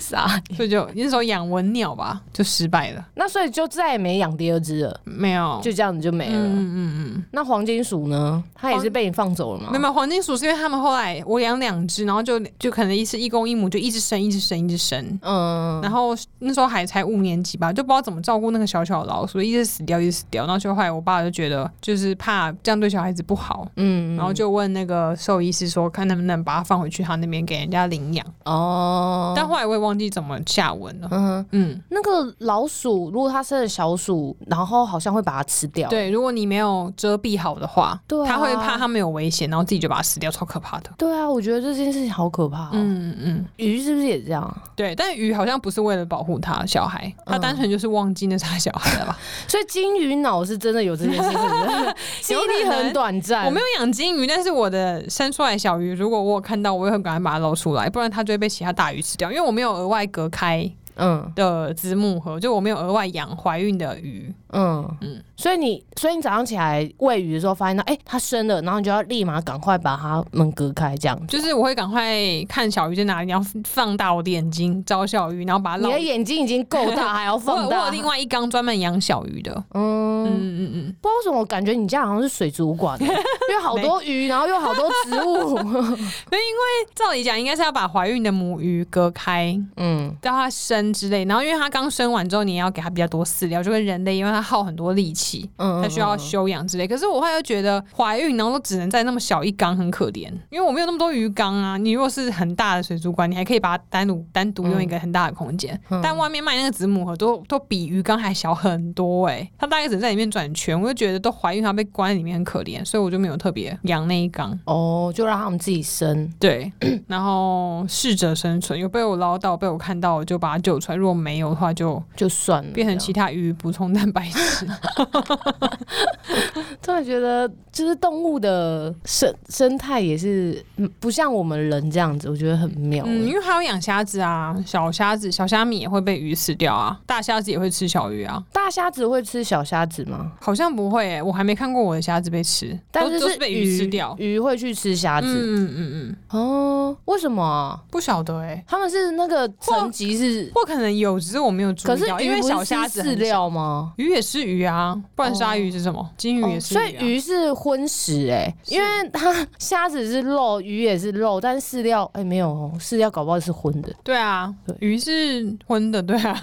Speaker 1: 傻。
Speaker 2: 所以就那时候养文鸟吧，就失败了，
Speaker 1: 那所以就再也没养第二只了，
Speaker 2: 没有。
Speaker 1: 就这样子就没了。
Speaker 2: 嗯嗯
Speaker 1: 那黄金鼠呢？它也是被你放走了吗？
Speaker 2: 嗯，没有黄金鼠是因为他们后来我养两只，然后就就可能一是一公一母，就一直生一直生一直生，
Speaker 1: 嗯，
Speaker 2: 然后那时候还才五年级吧，就不知道怎么照顾那个小小的老鼠，一直死掉，一直死掉。然后就后来我爸就觉得，就是怕这样对小孩子不好，
Speaker 1: 嗯，
Speaker 2: 然后就问那个兽医师说，看能不能把它放回去他那边给人家领养。
Speaker 1: 哦，
Speaker 2: 但后来我也忘记怎么下文了。
Speaker 1: 嗯哼，
Speaker 2: 嗯，
Speaker 1: 那个老鼠如果它生了小鼠，然后好像会把它吃掉。，
Speaker 2: 对，如果你没有遮蔽好的话，
Speaker 1: 对啊
Speaker 2: 他会怕他们有危险，然后自己就把它死掉，超可怕的。
Speaker 1: 对啊，我觉得这件事情好可怕、哦。
Speaker 2: 嗯嗯，
Speaker 1: 鱼是不是也这样啊？
Speaker 2: 对，但鱼好像不是为了保护它小孩，它
Speaker 1: 嗯
Speaker 2: 单纯就是忘记那是它小孩了吧？
Speaker 1: 所以金鱼脑是真的有这件事情， 记
Speaker 2: 有可
Speaker 1: 忆力
Speaker 2: 能
Speaker 1: 很短暂。
Speaker 2: 我没有养金鱼，但是我的生出来的小鱼，如果我有看到，我也会赶快把它捞出来，不然它就会被其他大鱼吃掉。因为我没有额外隔开
Speaker 1: 嗯
Speaker 2: 的子母盒，就我没有额外养怀孕的鱼。
Speaker 1: 嗯
Speaker 2: 嗯
Speaker 1: 嗯，所以你，所以你早上起来喂鱼的时候，发现到哎、它生了，然后你就要立马赶快把它们隔开，这样子。
Speaker 2: 就是我会赶快看小鱼在哪里，然后放大我的眼睛找小鱼，然后把它
Speaker 1: 你
Speaker 2: 捞
Speaker 1: 的。眼睛已经够大，还要
Speaker 2: 我有
Speaker 1: 放
Speaker 2: 我有
Speaker 1: 大。
Speaker 2: 另外一缸专门养小鱼的，嗯
Speaker 1: 嗯，
Speaker 2: 嗯嗯，
Speaker 1: 不知道为什么，我感觉你家好像是水族馆、 欸，因为好多鱼，然后又好多植物。
Speaker 2: 照理讲应该是要把怀孕的母鱼隔开，
Speaker 1: 嗯
Speaker 2: 到它生之类，然后因为它刚生完之后，你也要给它比较多饲料，就跟人类，因为它耗很多力气，
Speaker 1: 嗯
Speaker 2: 它需要休养之类。可是我后来又觉得怀孕，然后都只能在那么小一缸，很可怜，因为我没有那么多鱼缸啊。你如果是很大的水族馆，你还可以把它单独单独用一个很大的空间，
Speaker 1: 嗯
Speaker 2: 但外面卖那个子母盒都都比鱼缸还小很多哎、它大概只能在里面转圈，我就觉得都怀孕，它被关在里面很可怜，所以我就没有特别养那一缸。
Speaker 1: 哦，就让他们自己生。
Speaker 2: 对，然后适者生存，有被我捞到，被我看到，我就把它救出来；如果没有的话，就
Speaker 1: 就算了，
Speaker 2: 变成
Speaker 1: 嗯这
Speaker 2: 其
Speaker 1: 样
Speaker 2: 他鱼补充蛋白质。
Speaker 1: 突然觉得，就是动物的生生态也是嗯不像我们人这样子，我觉得很妙欸。
Speaker 2: 嗯，因为还有养虾子啊，小虾子、小虾米也会被鱼吃掉啊，大虾子也会吃小鱼啊。
Speaker 1: 大虾子会吃小虾子吗？
Speaker 2: 好像不会、欸，我还没看过我的虾子被吃，
Speaker 1: 但
Speaker 2: 都
Speaker 1: 是
Speaker 2: 都
Speaker 1: 是
Speaker 2: 是被鱼吃掉。
Speaker 1: 鱼会去吃虾
Speaker 2: 嗯
Speaker 1: 子、
Speaker 2: 嗯嗯嗯，
Speaker 1: 哦？为什么啊？
Speaker 2: 不晓得哎、
Speaker 1: 他们是那个层级是，
Speaker 2: 或可能有，只是我没有注
Speaker 1: 可
Speaker 2: 意
Speaker 1: 是
Speaker 2: 到，因
Speaker 1: 鱼
Speaker 2: 为
Speaker 1: 不是
Speaker 2: 小虾子
Speaker 1: 吃饲
Speaker 2: 很小。
Speaker 1: 料吗？
Speaker 2: 鱼也是鱼啊，不然鲨鱼是什么？金鱼也
Speaker 1: 哦
Speaker 2: 是鱼、啊
Speaker 1: 所以鱼是荤食哎、
Speaker 2: 是
Speaker 1: 因为它 虾子是肉，鱼也是肉，但是饲料哎、没有哦，饲料搞不好是荤的。
Speaker 2: 对啊，
Speaker 1: 对
Speaker 2: 鱼是荤 的，对啊。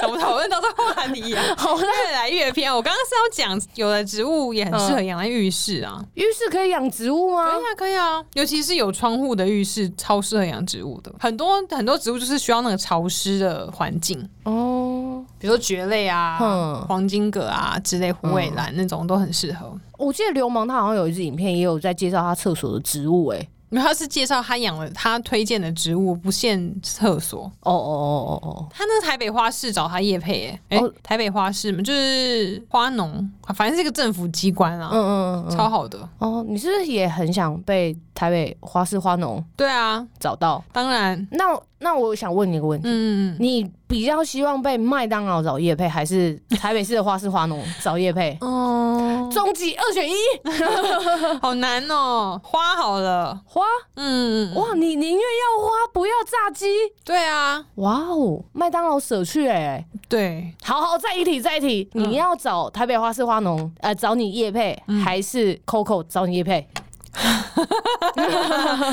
Speaker 2: 怎么讨论到这个话题啊？
Speaker 1: 好
Speaker 2: 越来越偏。我刚刚是要讲，有的植物也很适
Speaker 1: 嗯
Speaker 2: 合养在浴室啊。
Speaker 1: 浴室可以养植物吗
Speaker 2: 可？以啊，可以啊，尤其是有窗户的浴室，超适合养植物的。很多很多植物就是需要那个潮湿的环境，
Speaker 1: 哦，
Speaker 2: 比如说蕨类啊、
Speaker 1: 哼嗯
Speaker 2: 黄金葛啊之类、虎尾兰那种都很适合。
Speaker 1: 我记得流氓他好像有一支影片也有在介绍他厕所的植物哎、
Speaker 2: 因为他是介绍他养了他推荐的植物，不限厕所。
Speaker 1: 哦哦哦哦
Speaker 2: 他那个台北花市找他叶配、欸，哎、
Speaker 1: 哦
Speaker 2: 台北花市嘛，就是花农，啊反正是一个政府机关
Speaker 1: 哦，
Speaker 2: 啊，
Speaker 1: 嗯嗯嗯嗯，
Speaker 2: 超好的。
Speaker 1: 哦，你是不是也很想被台北花市花农
Speaker 2: 对啊，
Speaker 1: 找到？
Speaker 2: 当然，
Speaker 1: 那那我想问你一个问题。
Speaker 2: 嗯，？
Speaker 1: 你比较希望被麦当劳找叶配，还是台北市的花市花农找叶配
Speaker 2: 哦
Speaker 1: 终极二选一，
Speaker 2: 好难哦。花好了，
Speaker 1: 花
Speaker 2: 嗯，
Speaker 1: 哇，你宁愿要花不要炸鸡，
Speaker 2: 对啊，
Speaker 1: 哇哦，麦当劳舍去哎、
Speaker 2: 对，
Speaker 1: 好好，再一题，再一题，
Speaker 2: 嗯
Speaker 1: 你要找台北花市花农，呃，找你叶配，还是 Coco 找你叶配？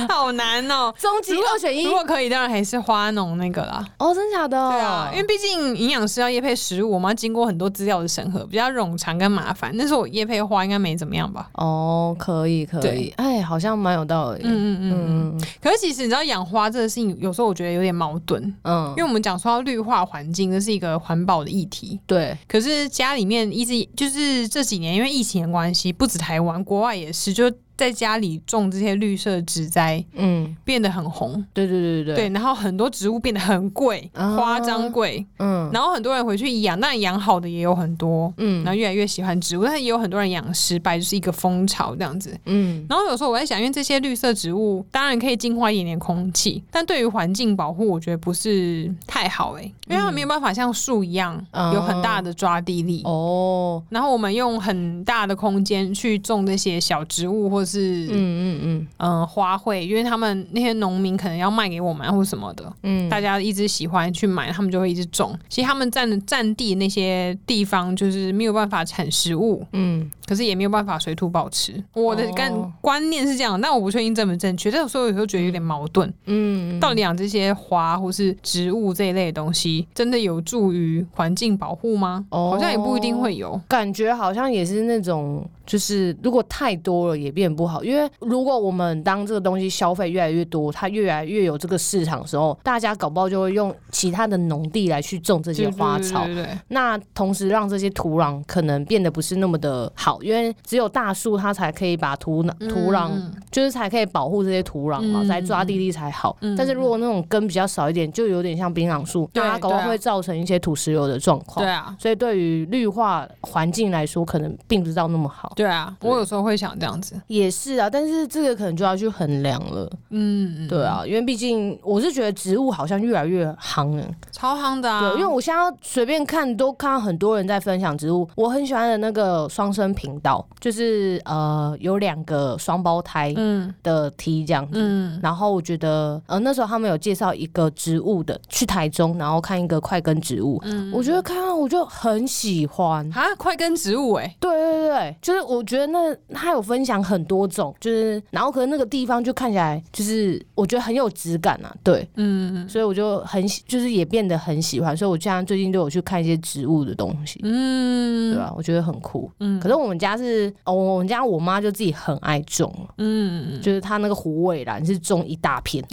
Speaker 2: 好难哦。
Speaker 1: 终极二选一
Speaker 2: 如，果可以，当然还是花农那个啦。
Speaker 1: 哦，真假的？
Speaker 2: 对啊，因为毕竟营养师要叶配食物，我们要经过很多资料的审核，比较冗长跟麻烦。但是我叶配花应该没怎么样吧？
Speaker 1: 哦，可以，可以
Speaker 2: 对，
Speaker 1: 哎，好像蛮有道理，嗯
Speaker 2: 嗯嗯嗯。
Speaker 1: 嗯
Speaker 2: 可是其实你知道养花这个事情，有时候我觉得有点矛盾，
Speaker 1: 嗯
Speaker 2: 因为我们讲说要绿化环境，这是一个环保的议题。
Speaker 1: 对，
Speaker 2: 可是家里面一直就是这几年因为疫情的关系，不止台湾，国外也是，就在家里种这些绿色植栽
Speaker 1: 嗯，
Speaker 2: 变得很红。
Speaker 1: 对对对对
Speaker 2: 对，然后很多植物变得很贵，
Speaker 1: 啊
Speaker 2: 夸张贵，
Speaker 1: 嗯
Speaker 2: 然后很多人回去养，但养好的也有很多，然
Speaker 1: 嗯
Speaker 2: 后越来越喜欢植物，但是也有很多人养失败，就是一个风潮这样子。
Speaker 1: 嗯，
Speaker 2: 然后有时候我在想，因为这些绿色植物当然可以净化一点点空气，但对于环境保护，我觉得不是太好诶、因为它没有办法像树一样
Speaker 1: 嗯
Speaker 2: 有很大的抓地力。
Speaker 1: 哦，
Speaker 2: 然后我们用很大的空间去种这些小植物，或是嗯、
Speaker 1: 嗯嗯
Speaker 2: 呃花卉，因为他们那些农民可能要卖给我们啊或什么的，
Speaker 1: 嗯
Speaker 2: 大
Speaker 1: 嗯，
Speaker 2: 家一直喜欢去买，他们就会一直种。其实他们占占地那些地方就是没有办法产食物，
Speaker 1: 嗯，
Speaker 2: 可是也没有办法水土保持。我的观
Speaker 1: 哦
Speaker 2: 观念是这样，但我不确定正不正确。但有时候有时候觉得有点矛盾，
Speaker 1: 嗯，
Speaker 2: 到底养这些花或是植物这一类的东西，真的有助于环境保护吗？
Speaker 1: 哦
Speaker 2: 好像也不一定会有。
Speaker 1: 感觉好像也是那种，就是如果太多了也变不好，因为如果我们当这个东西消费越来越多，它越来越有这个市场的时候，大家搞不好就会用其他的农地来去种这些花草。
Speaker 2: 对对对对
Speaker 1: 那同时让这些土壤可能变得不是那么的好，因为只有大树它才可以把土壤
Speaker 2: 嗯
Speaker 1: 土壤、
Speaker 2: 嗯
Speaker 1: 就是才可以保护这些土壤嘛，
Speaker 2: 嗯
Speaker 1: 才抓地力才好。
Speaker 2: 嗯
Speaker 1: 但是如果那种根比较少一点，就有点像槟榔树，
Speaker 2: 对
Speaker 1: 那它搞不好
Speaker 2: 对啊
Speaker 1: 会造成一些土石流的状况
Speaker 2: 对。啊。
Speaker 1: 所以对于绿化环境来说，可能并不知道那么好。
Speaker 2: 对啊，我有时候会想这样子，
Speaker 1: 也是啊，但是这个可能就要去衡量了。
Speaker 2: 嗯，嗯
Speaker 1: 对，啊，因为毕竟我是觉得植物好像越来越夯了。
Speaker 2: 超夯的啊，
Speaker 1: 对，因为我现在随便看都看到很多人在分享植物。我很喜欢的那个双生频道，就是呃有两个双胞胎
Speaker 2: 嗯
Speaker 1: 的 T 这样子。
Speaker 2: 嗯
Speaker 1: 然后我觉得，呃，那时候他们有介绍一个植物的，去台中，然后看一个快根植物，
Speaker 2: 嗯，
Speaker 1: 我觉得看到我就很喜欢。
Speaker 2: 啊，快跟植物哎，
Speaker 1: 对对对，就是我觉得那他有分享很多种，就是然后可能那个地方就看起来就是我觉得很有质感啊，对，
Speaker 2: 嗯
Speaker 1: 所以我就很喜，就是也变得很喜欢，所以我现在最近都有去看一些植物的东西，
Speaker 2: 嗯，
Speaker 1: 对啊，我觉得很酷。
Speaker 2: 嗯
Speaker 1: 可是我们家是，哦，我们家我妈就自己很爱种，啊
Speaker 2: 嗯，
Speaker 1: 就是她那个虎尾兰是种一大 片，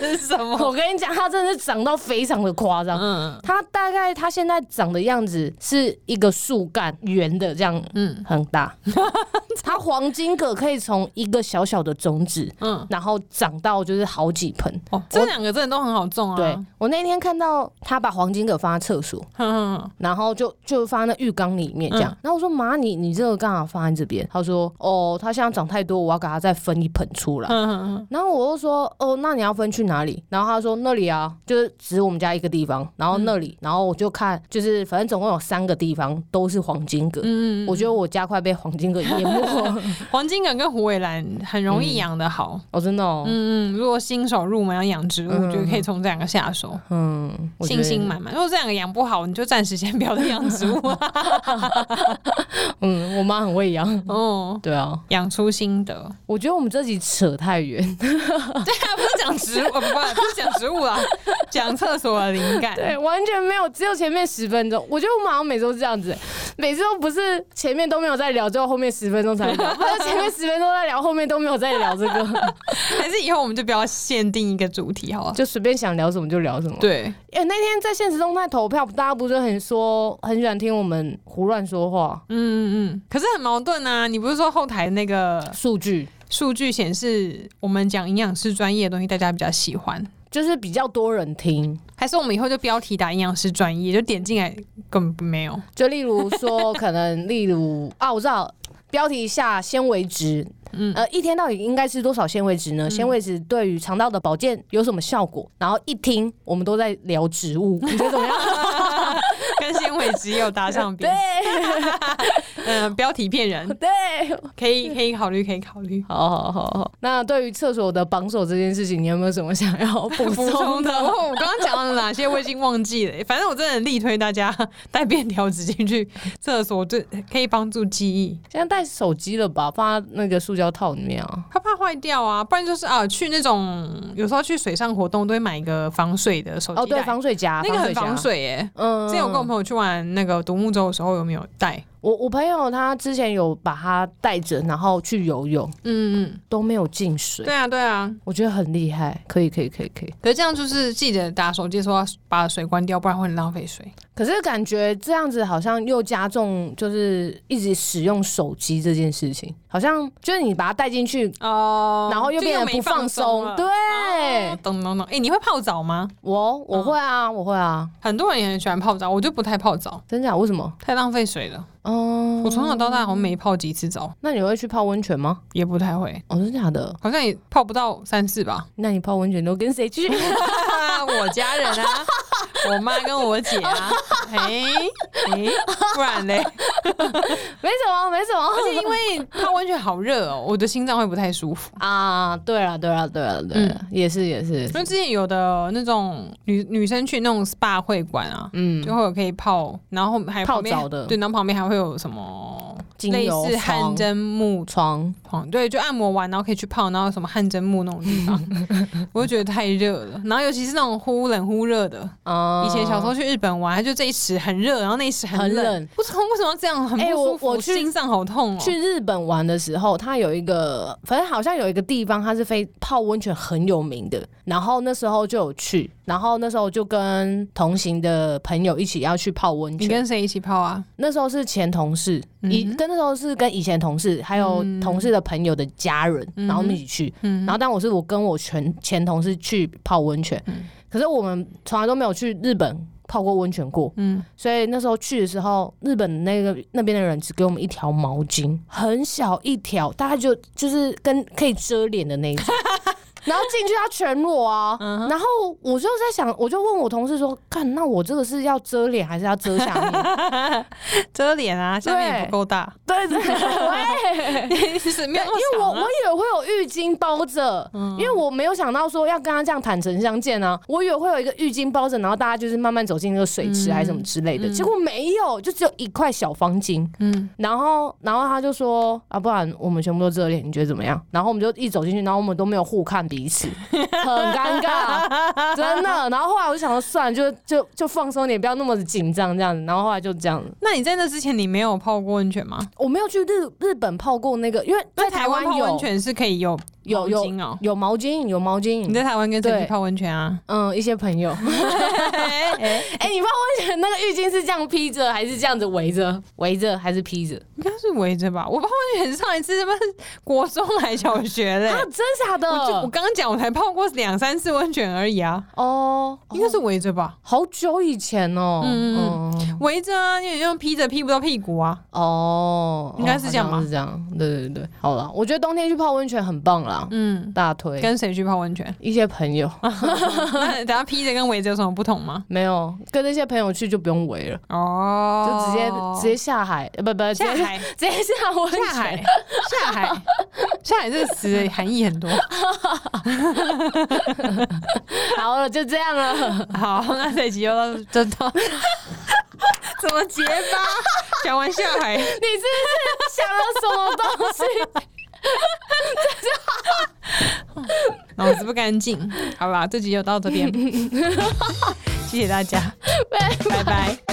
Speaker 2: 是什么？
Speaker 1: 我跟你讲，它真的是长到非常的夸张。
Speaker 2: 嗯
Speaker 1: 它大概它现在长的样子是一个树干圆的这样，
Speaker 2: 嗯
Speaker 1: 很大。 它黄金葛可以从一个小小的种子，
Speaker 2: 嗯，
Speaker 1: 然后长到就是好几盆。
Speaker 2: 哦，这两个真的都很好种啊，
Speaker 1: 对我那天看到他把黄金葛放在厕所，
Speaker 2: 嗯，
Speaker 1: 然后就就放在那浴缸里面这样。然后我说妈，你你这个干嘛放在这边？他说哦，它现在长太多，我要给它再分一盆出来。
Speaker 2: 嗯
Speaker 1: 然后我又说，哦，那你要分去哪里？然后他说那里啊，就是指我们家一个地方，然后
Speaker 2: 嗯
Speaker 1: 那里，然后我就看，就是反正总共有三个地方都是黄金葛。
Speaker 2: 嗯，
Speaker 1: 我觉得我家快被黄金葛淹没 了，
Speaker 2: 黄金梗跟虎尾兰很容易养得好。
Speaker 1: 哦，真的哦，
Speaker 2: 嗯嗯，如果新手入门要养植物，就可以从这两个下手，
Speaker 1: 嗯，我觉
Speaker 2: 信
Speaker 1: 得
Speaker 2: 心，满满。如果这两个养不好，你就暂时先不要再养植物。啊
Speaker 1: 嗯，我妈很会 养，
Speaker 2: 哦，
Speaker 1: 对啊，
Speaker 2: 养出 心得。
Speaker 1: 我觉得我们这集扯太 远，
Speaker 2: 对啊，不是讲植物，不不不是讲植物啊，讲厕所的灵感。
Speaker 1: 对，完全没有，只有前面十分钟，我觉得我们好像每次都是这样子，每次都不是前面都没有在聊，只有后面十分钟才聊，不是前面十分钟在聊，后面都没有在聊这个，
Speaker 2: 还是以后我们就不要限定一个主题，好吧？
Speaker 1: 就随便想聊什么就聊什么。
Speaker 2: 对，
Speaker 1: 哎、那天在现实动态投票，大家不是很说很喜欢听我们胡乱说话？
Speaker 2: 嗯嗯嗯。可是很矛盾啊！你不是说后台那个
Speaker 1: 数据
Speaker 2: 数据显示，我们讲营养师专业的东西，大家比较喜欢，
Speaker 1: 就是比较多人听，
Speaker 2: 还是我们以后就标题打营养师专业，就点进来根本 没有？
Speaker 1: 就例如说，可能例如 啊，我知道标题下纤维值。嗯，呃，一天到底应该吃多少纤维值呢？纤维值对于肠道的保健有什么效果？然后一听我们都在聊植 物，你觉得怎么样？
Speaker 2: 跟纤维只有搭上边
Speaker 1: 对，，
Speaker 2: 而 嗯、标题骗 人，
Speaker 1: 对，
Speaker 2: 可以可以考虑，可以考虑。
Speaker 1: 好好好好。那对于厕所的榜首这件事情，你有没有什么想要补
Speaker 2: 补充
Speaker 1: 充
Speaker 2: 的，哦
Speaker 1: 的？
Speaker 2: 我我刚刚讲了哪些我已经忘记了，反正我真的很力推大家带便条纸 进去厕所，这可以帮助记忆。
Speaker 1: 现在带手机了吧？放在那个塑胶套里面啊。
Speaker 2: 怕怕坏掉啊，不然就是啊，去那种有时候去水上活动都会买一个防水的手机
Speaker 1: 哦，对，
Speaker 2: 袋
Speaker 1: 防水夹，
Speaker 2: 那个很
Speaker 1: 夹
Speaker 2: 防。水耶、
Speaker 1: 嗯
Speaker 2: 之前我跟我朋友去玩那个独木舟的时候，有没有带？
Speaker 1: 我我朋友他之前有把它带着，然后去游泳
Speaker 2: 嗯嗯，
Speaker 1: 都没有进水
Speaker 2: 对，啊对啊。
Speaker 1: 我觉得很厉害，可以可以可以可以。
Speaker 2: 可是这样就是记得打手机的时候要把水关掉，不然会很浪费水。
Speaker 1: 可是感觉这样子好像又加重就是一直使用手机这件事情，好像就是你把它带进去，
Speaker 2: 哦
Speaker 1: 然后又变得不放松。对，
Speaker 2: 懂懂懂。哎、你会泡澡吗？
Speaker 1: 我我会
Speaker 2: 嗯
Speaker 1: 啊，我会啊，
Speaker 2: 很多人也很喜欢泡澡，我就不太泡澡，
Speaker 1: 真假？为什么？
Speaker 2: 太浪费水了。
Speaker 1: 嗯，
Speaker 2: 我从小到大好像没泡几次澡，
Speaker 1: 那你会去泡温泉吗？
Speaker 2: 也不太会，
Speaker 1: 哦，真假的？
Speaker 2: 好像也泡不到三次吧。
Speaker 1: 那你泡温泉都跟谁去？
Speaker 2: 我家人 啊，我妈跟我姐啊，哎、哎、不然 嘞，
Speaker 1: 没什么，没什么。
Speaker 2: 而且因为泡温泉好热哦，我的心脏会不太舒服。
Speaker 1: 啊，对了，对了，对了，对
Speaker 2: 嗯
Speaker 1: 了，也是，也是
Speaker 2: 因，为之前有的那种女女生去那种 SPA 会馆啊，
Speaker 1: 嗯，
Speaker 2: 就会有可以泡，然后还
Speaker 1: 泡
Speaker 2: 旁边
Speaker 1: 澡的
Speaker 2: 对，然后旁边还会有什么
Speaker 1: 精
Speaker 2: 类
Speaker 1: 油
Speaker 2: 似汗
Speaker 1: 床
Speaker 2: 蒸木
Speaker 1: 床，
Speaker 2: 床，对，就按摩完然后可以去泡，然后有什么汗蒸木那种地方， 我就觉得太热了。然后尤其是那种忽冷忽热的，
Speaker 1: 啊
Speaker 2: 以前小时候去日本玩，它就这一池很热，然后那一池
Speaker 1: 很
Speaker 2: 冷，
Speaker 1: 冷
Speaker 2: 不知道为什么要这样，很不
Speaker 1: 哎我
Speaker 2: 舒服，
Speaker 1: 我去
Speaker 2: 心脏好痛哦。
Speaker 1: 去日本玩的时候，它有一个，反正好像有一个地方，它是非泡温泉很有名的。然后那时候就有去，然后那时候就跟同行的朋友一起要去泡温
Speaker 2: 你
Speaker 1: 泉。
Speaker 2: 跟谁一起泡啊？
Speaker 1: 那时候是前同事，
Speaker 2: 嗯
Speaker 1: 以、跟那时候是跟以前同事，还有同事的朋友的家人，
Speaker 2: 嗯
Speaker 1: 然后我们一起去。
Speaker 2: 嗯，
Speaker 1: 然后，但我是我跟我全前同事去泡温泉，
Speaker 2: 嗯
Speaker 1: 可是我们从来都没有去日本泡过温泉过，
Speaker 2: 嗯，
Speaker 1: 所以那时候去的时候，日本那个那边的人只给我们一条毛巾，很小一条，大概就就是跟可以遮脸的那一种。然后进去他全裸啊，然后我就在想，我就问我同事说，看那我这个是要遮脸还是要遮下面？
Speaker 2: 遮脸啊，下面也不
Speaker 1: 对
Speaker 2: 够 大，
Speaker 1: 对啊对对，
Speaker 2: 其实没有
Speaker 1: 因
Speaker 2: 那么
Speaker 1: 为我
Speaker 2: 长
Speaker 1: 我
Speaker 2: 啊
Speaker 1: 以为会有浴巾包着，因为我没有想到说要跟他这样坦诚相见啊，我以为会有一个浴巾包着，然后大家就是慢慢走进那个水池还是什么之类的，结果没有，就只有一块小方巾。
Speaker 2: 嗯，
Speaker 1: 然后，然后他就说啊，不然我们全部都遮脸，你觉得怎么样？然后我们就一走进去，然后我们都没有互看彼 此，很尴尬，真的。然后后来我就想说，算了，就就就放松一点，不要那么紧张这样子。然后后来就这样，
Speaker 2: 那你在那之前你没有泡过温泉吗？
Speaker 1: 我没有去日日本泡过那个，因为在
Speaker 2: 在
Speaker 1: 台
Speaker 2: 台
Speaker 1: 湾
Speaker 2: 湾泡
Speaker 1: 有
Speaker 2: 温泉是可以有
Speaker 1: 有有
Speaker 2: 毛巾哦。
Speaker 1: 有毛巾，有毛
Speaker 2: 你
Speaker 1: 巾。
Speaker 2: 在台湾跟谁
Speaker 1: 对
Speaker 2: 去泡温泉啊？
Speaker 1: 嗯，一些朋 友， 哎、你泡温泉那个浴巾是这样披着，还是这样子围着？围着还是披着？
Speaker 2: 应该是围着吧。我泡温泉上一次他妈是国中还小学嘞
Speaker 1: 啊，，真假的？
Speaker 2: 我就我刚刚讲我才泡过两三次温泉而已啊，
Speaker 1: 哦，
Speaker 2: 应该是围着吧。
Speaker 1: 好久以前哦，
Speaker 2: 嗯
Speaker 1: 嗯
Speaker 2: 围着啊，你用披着披不到屁股啊。
Speaker 1: 哦，
Speaker 2: 应该是这样吧
Speaker 1: 好像是这样，对对对，好了，我觉得冬天去泡温泉很棒啦，
Speaker 2: 嗯，
Speaker 1: 大推？
Speaker 2: 跟啊谁去泡温泉
Speaker 1: 一些朋友
Speaker 2: 那等下披着跟围着有什么不同吗？
Speaker 1: 没有跟那些朋友去就不用围了，就
Speaker 2: 哦
Speaker 1: 直接直接下海，呃不不，直
Speaker 2: 下
Speaker 1: 接
Speaker 2: 海，
Speaker 1: 直接下温泉
Speaker 2: 下海，下海，下海这个词的含义很多。
Speaker 1: 好了，就这样 了，
Speaker 2: 好，那这集就到就到， 怎么结巴？讲完下海，
Speaker 1: 你是不是想了什么东西？
Speaker 2: 脑子不干净。 好吧，这集就到这边，谢谢大家，拜拜。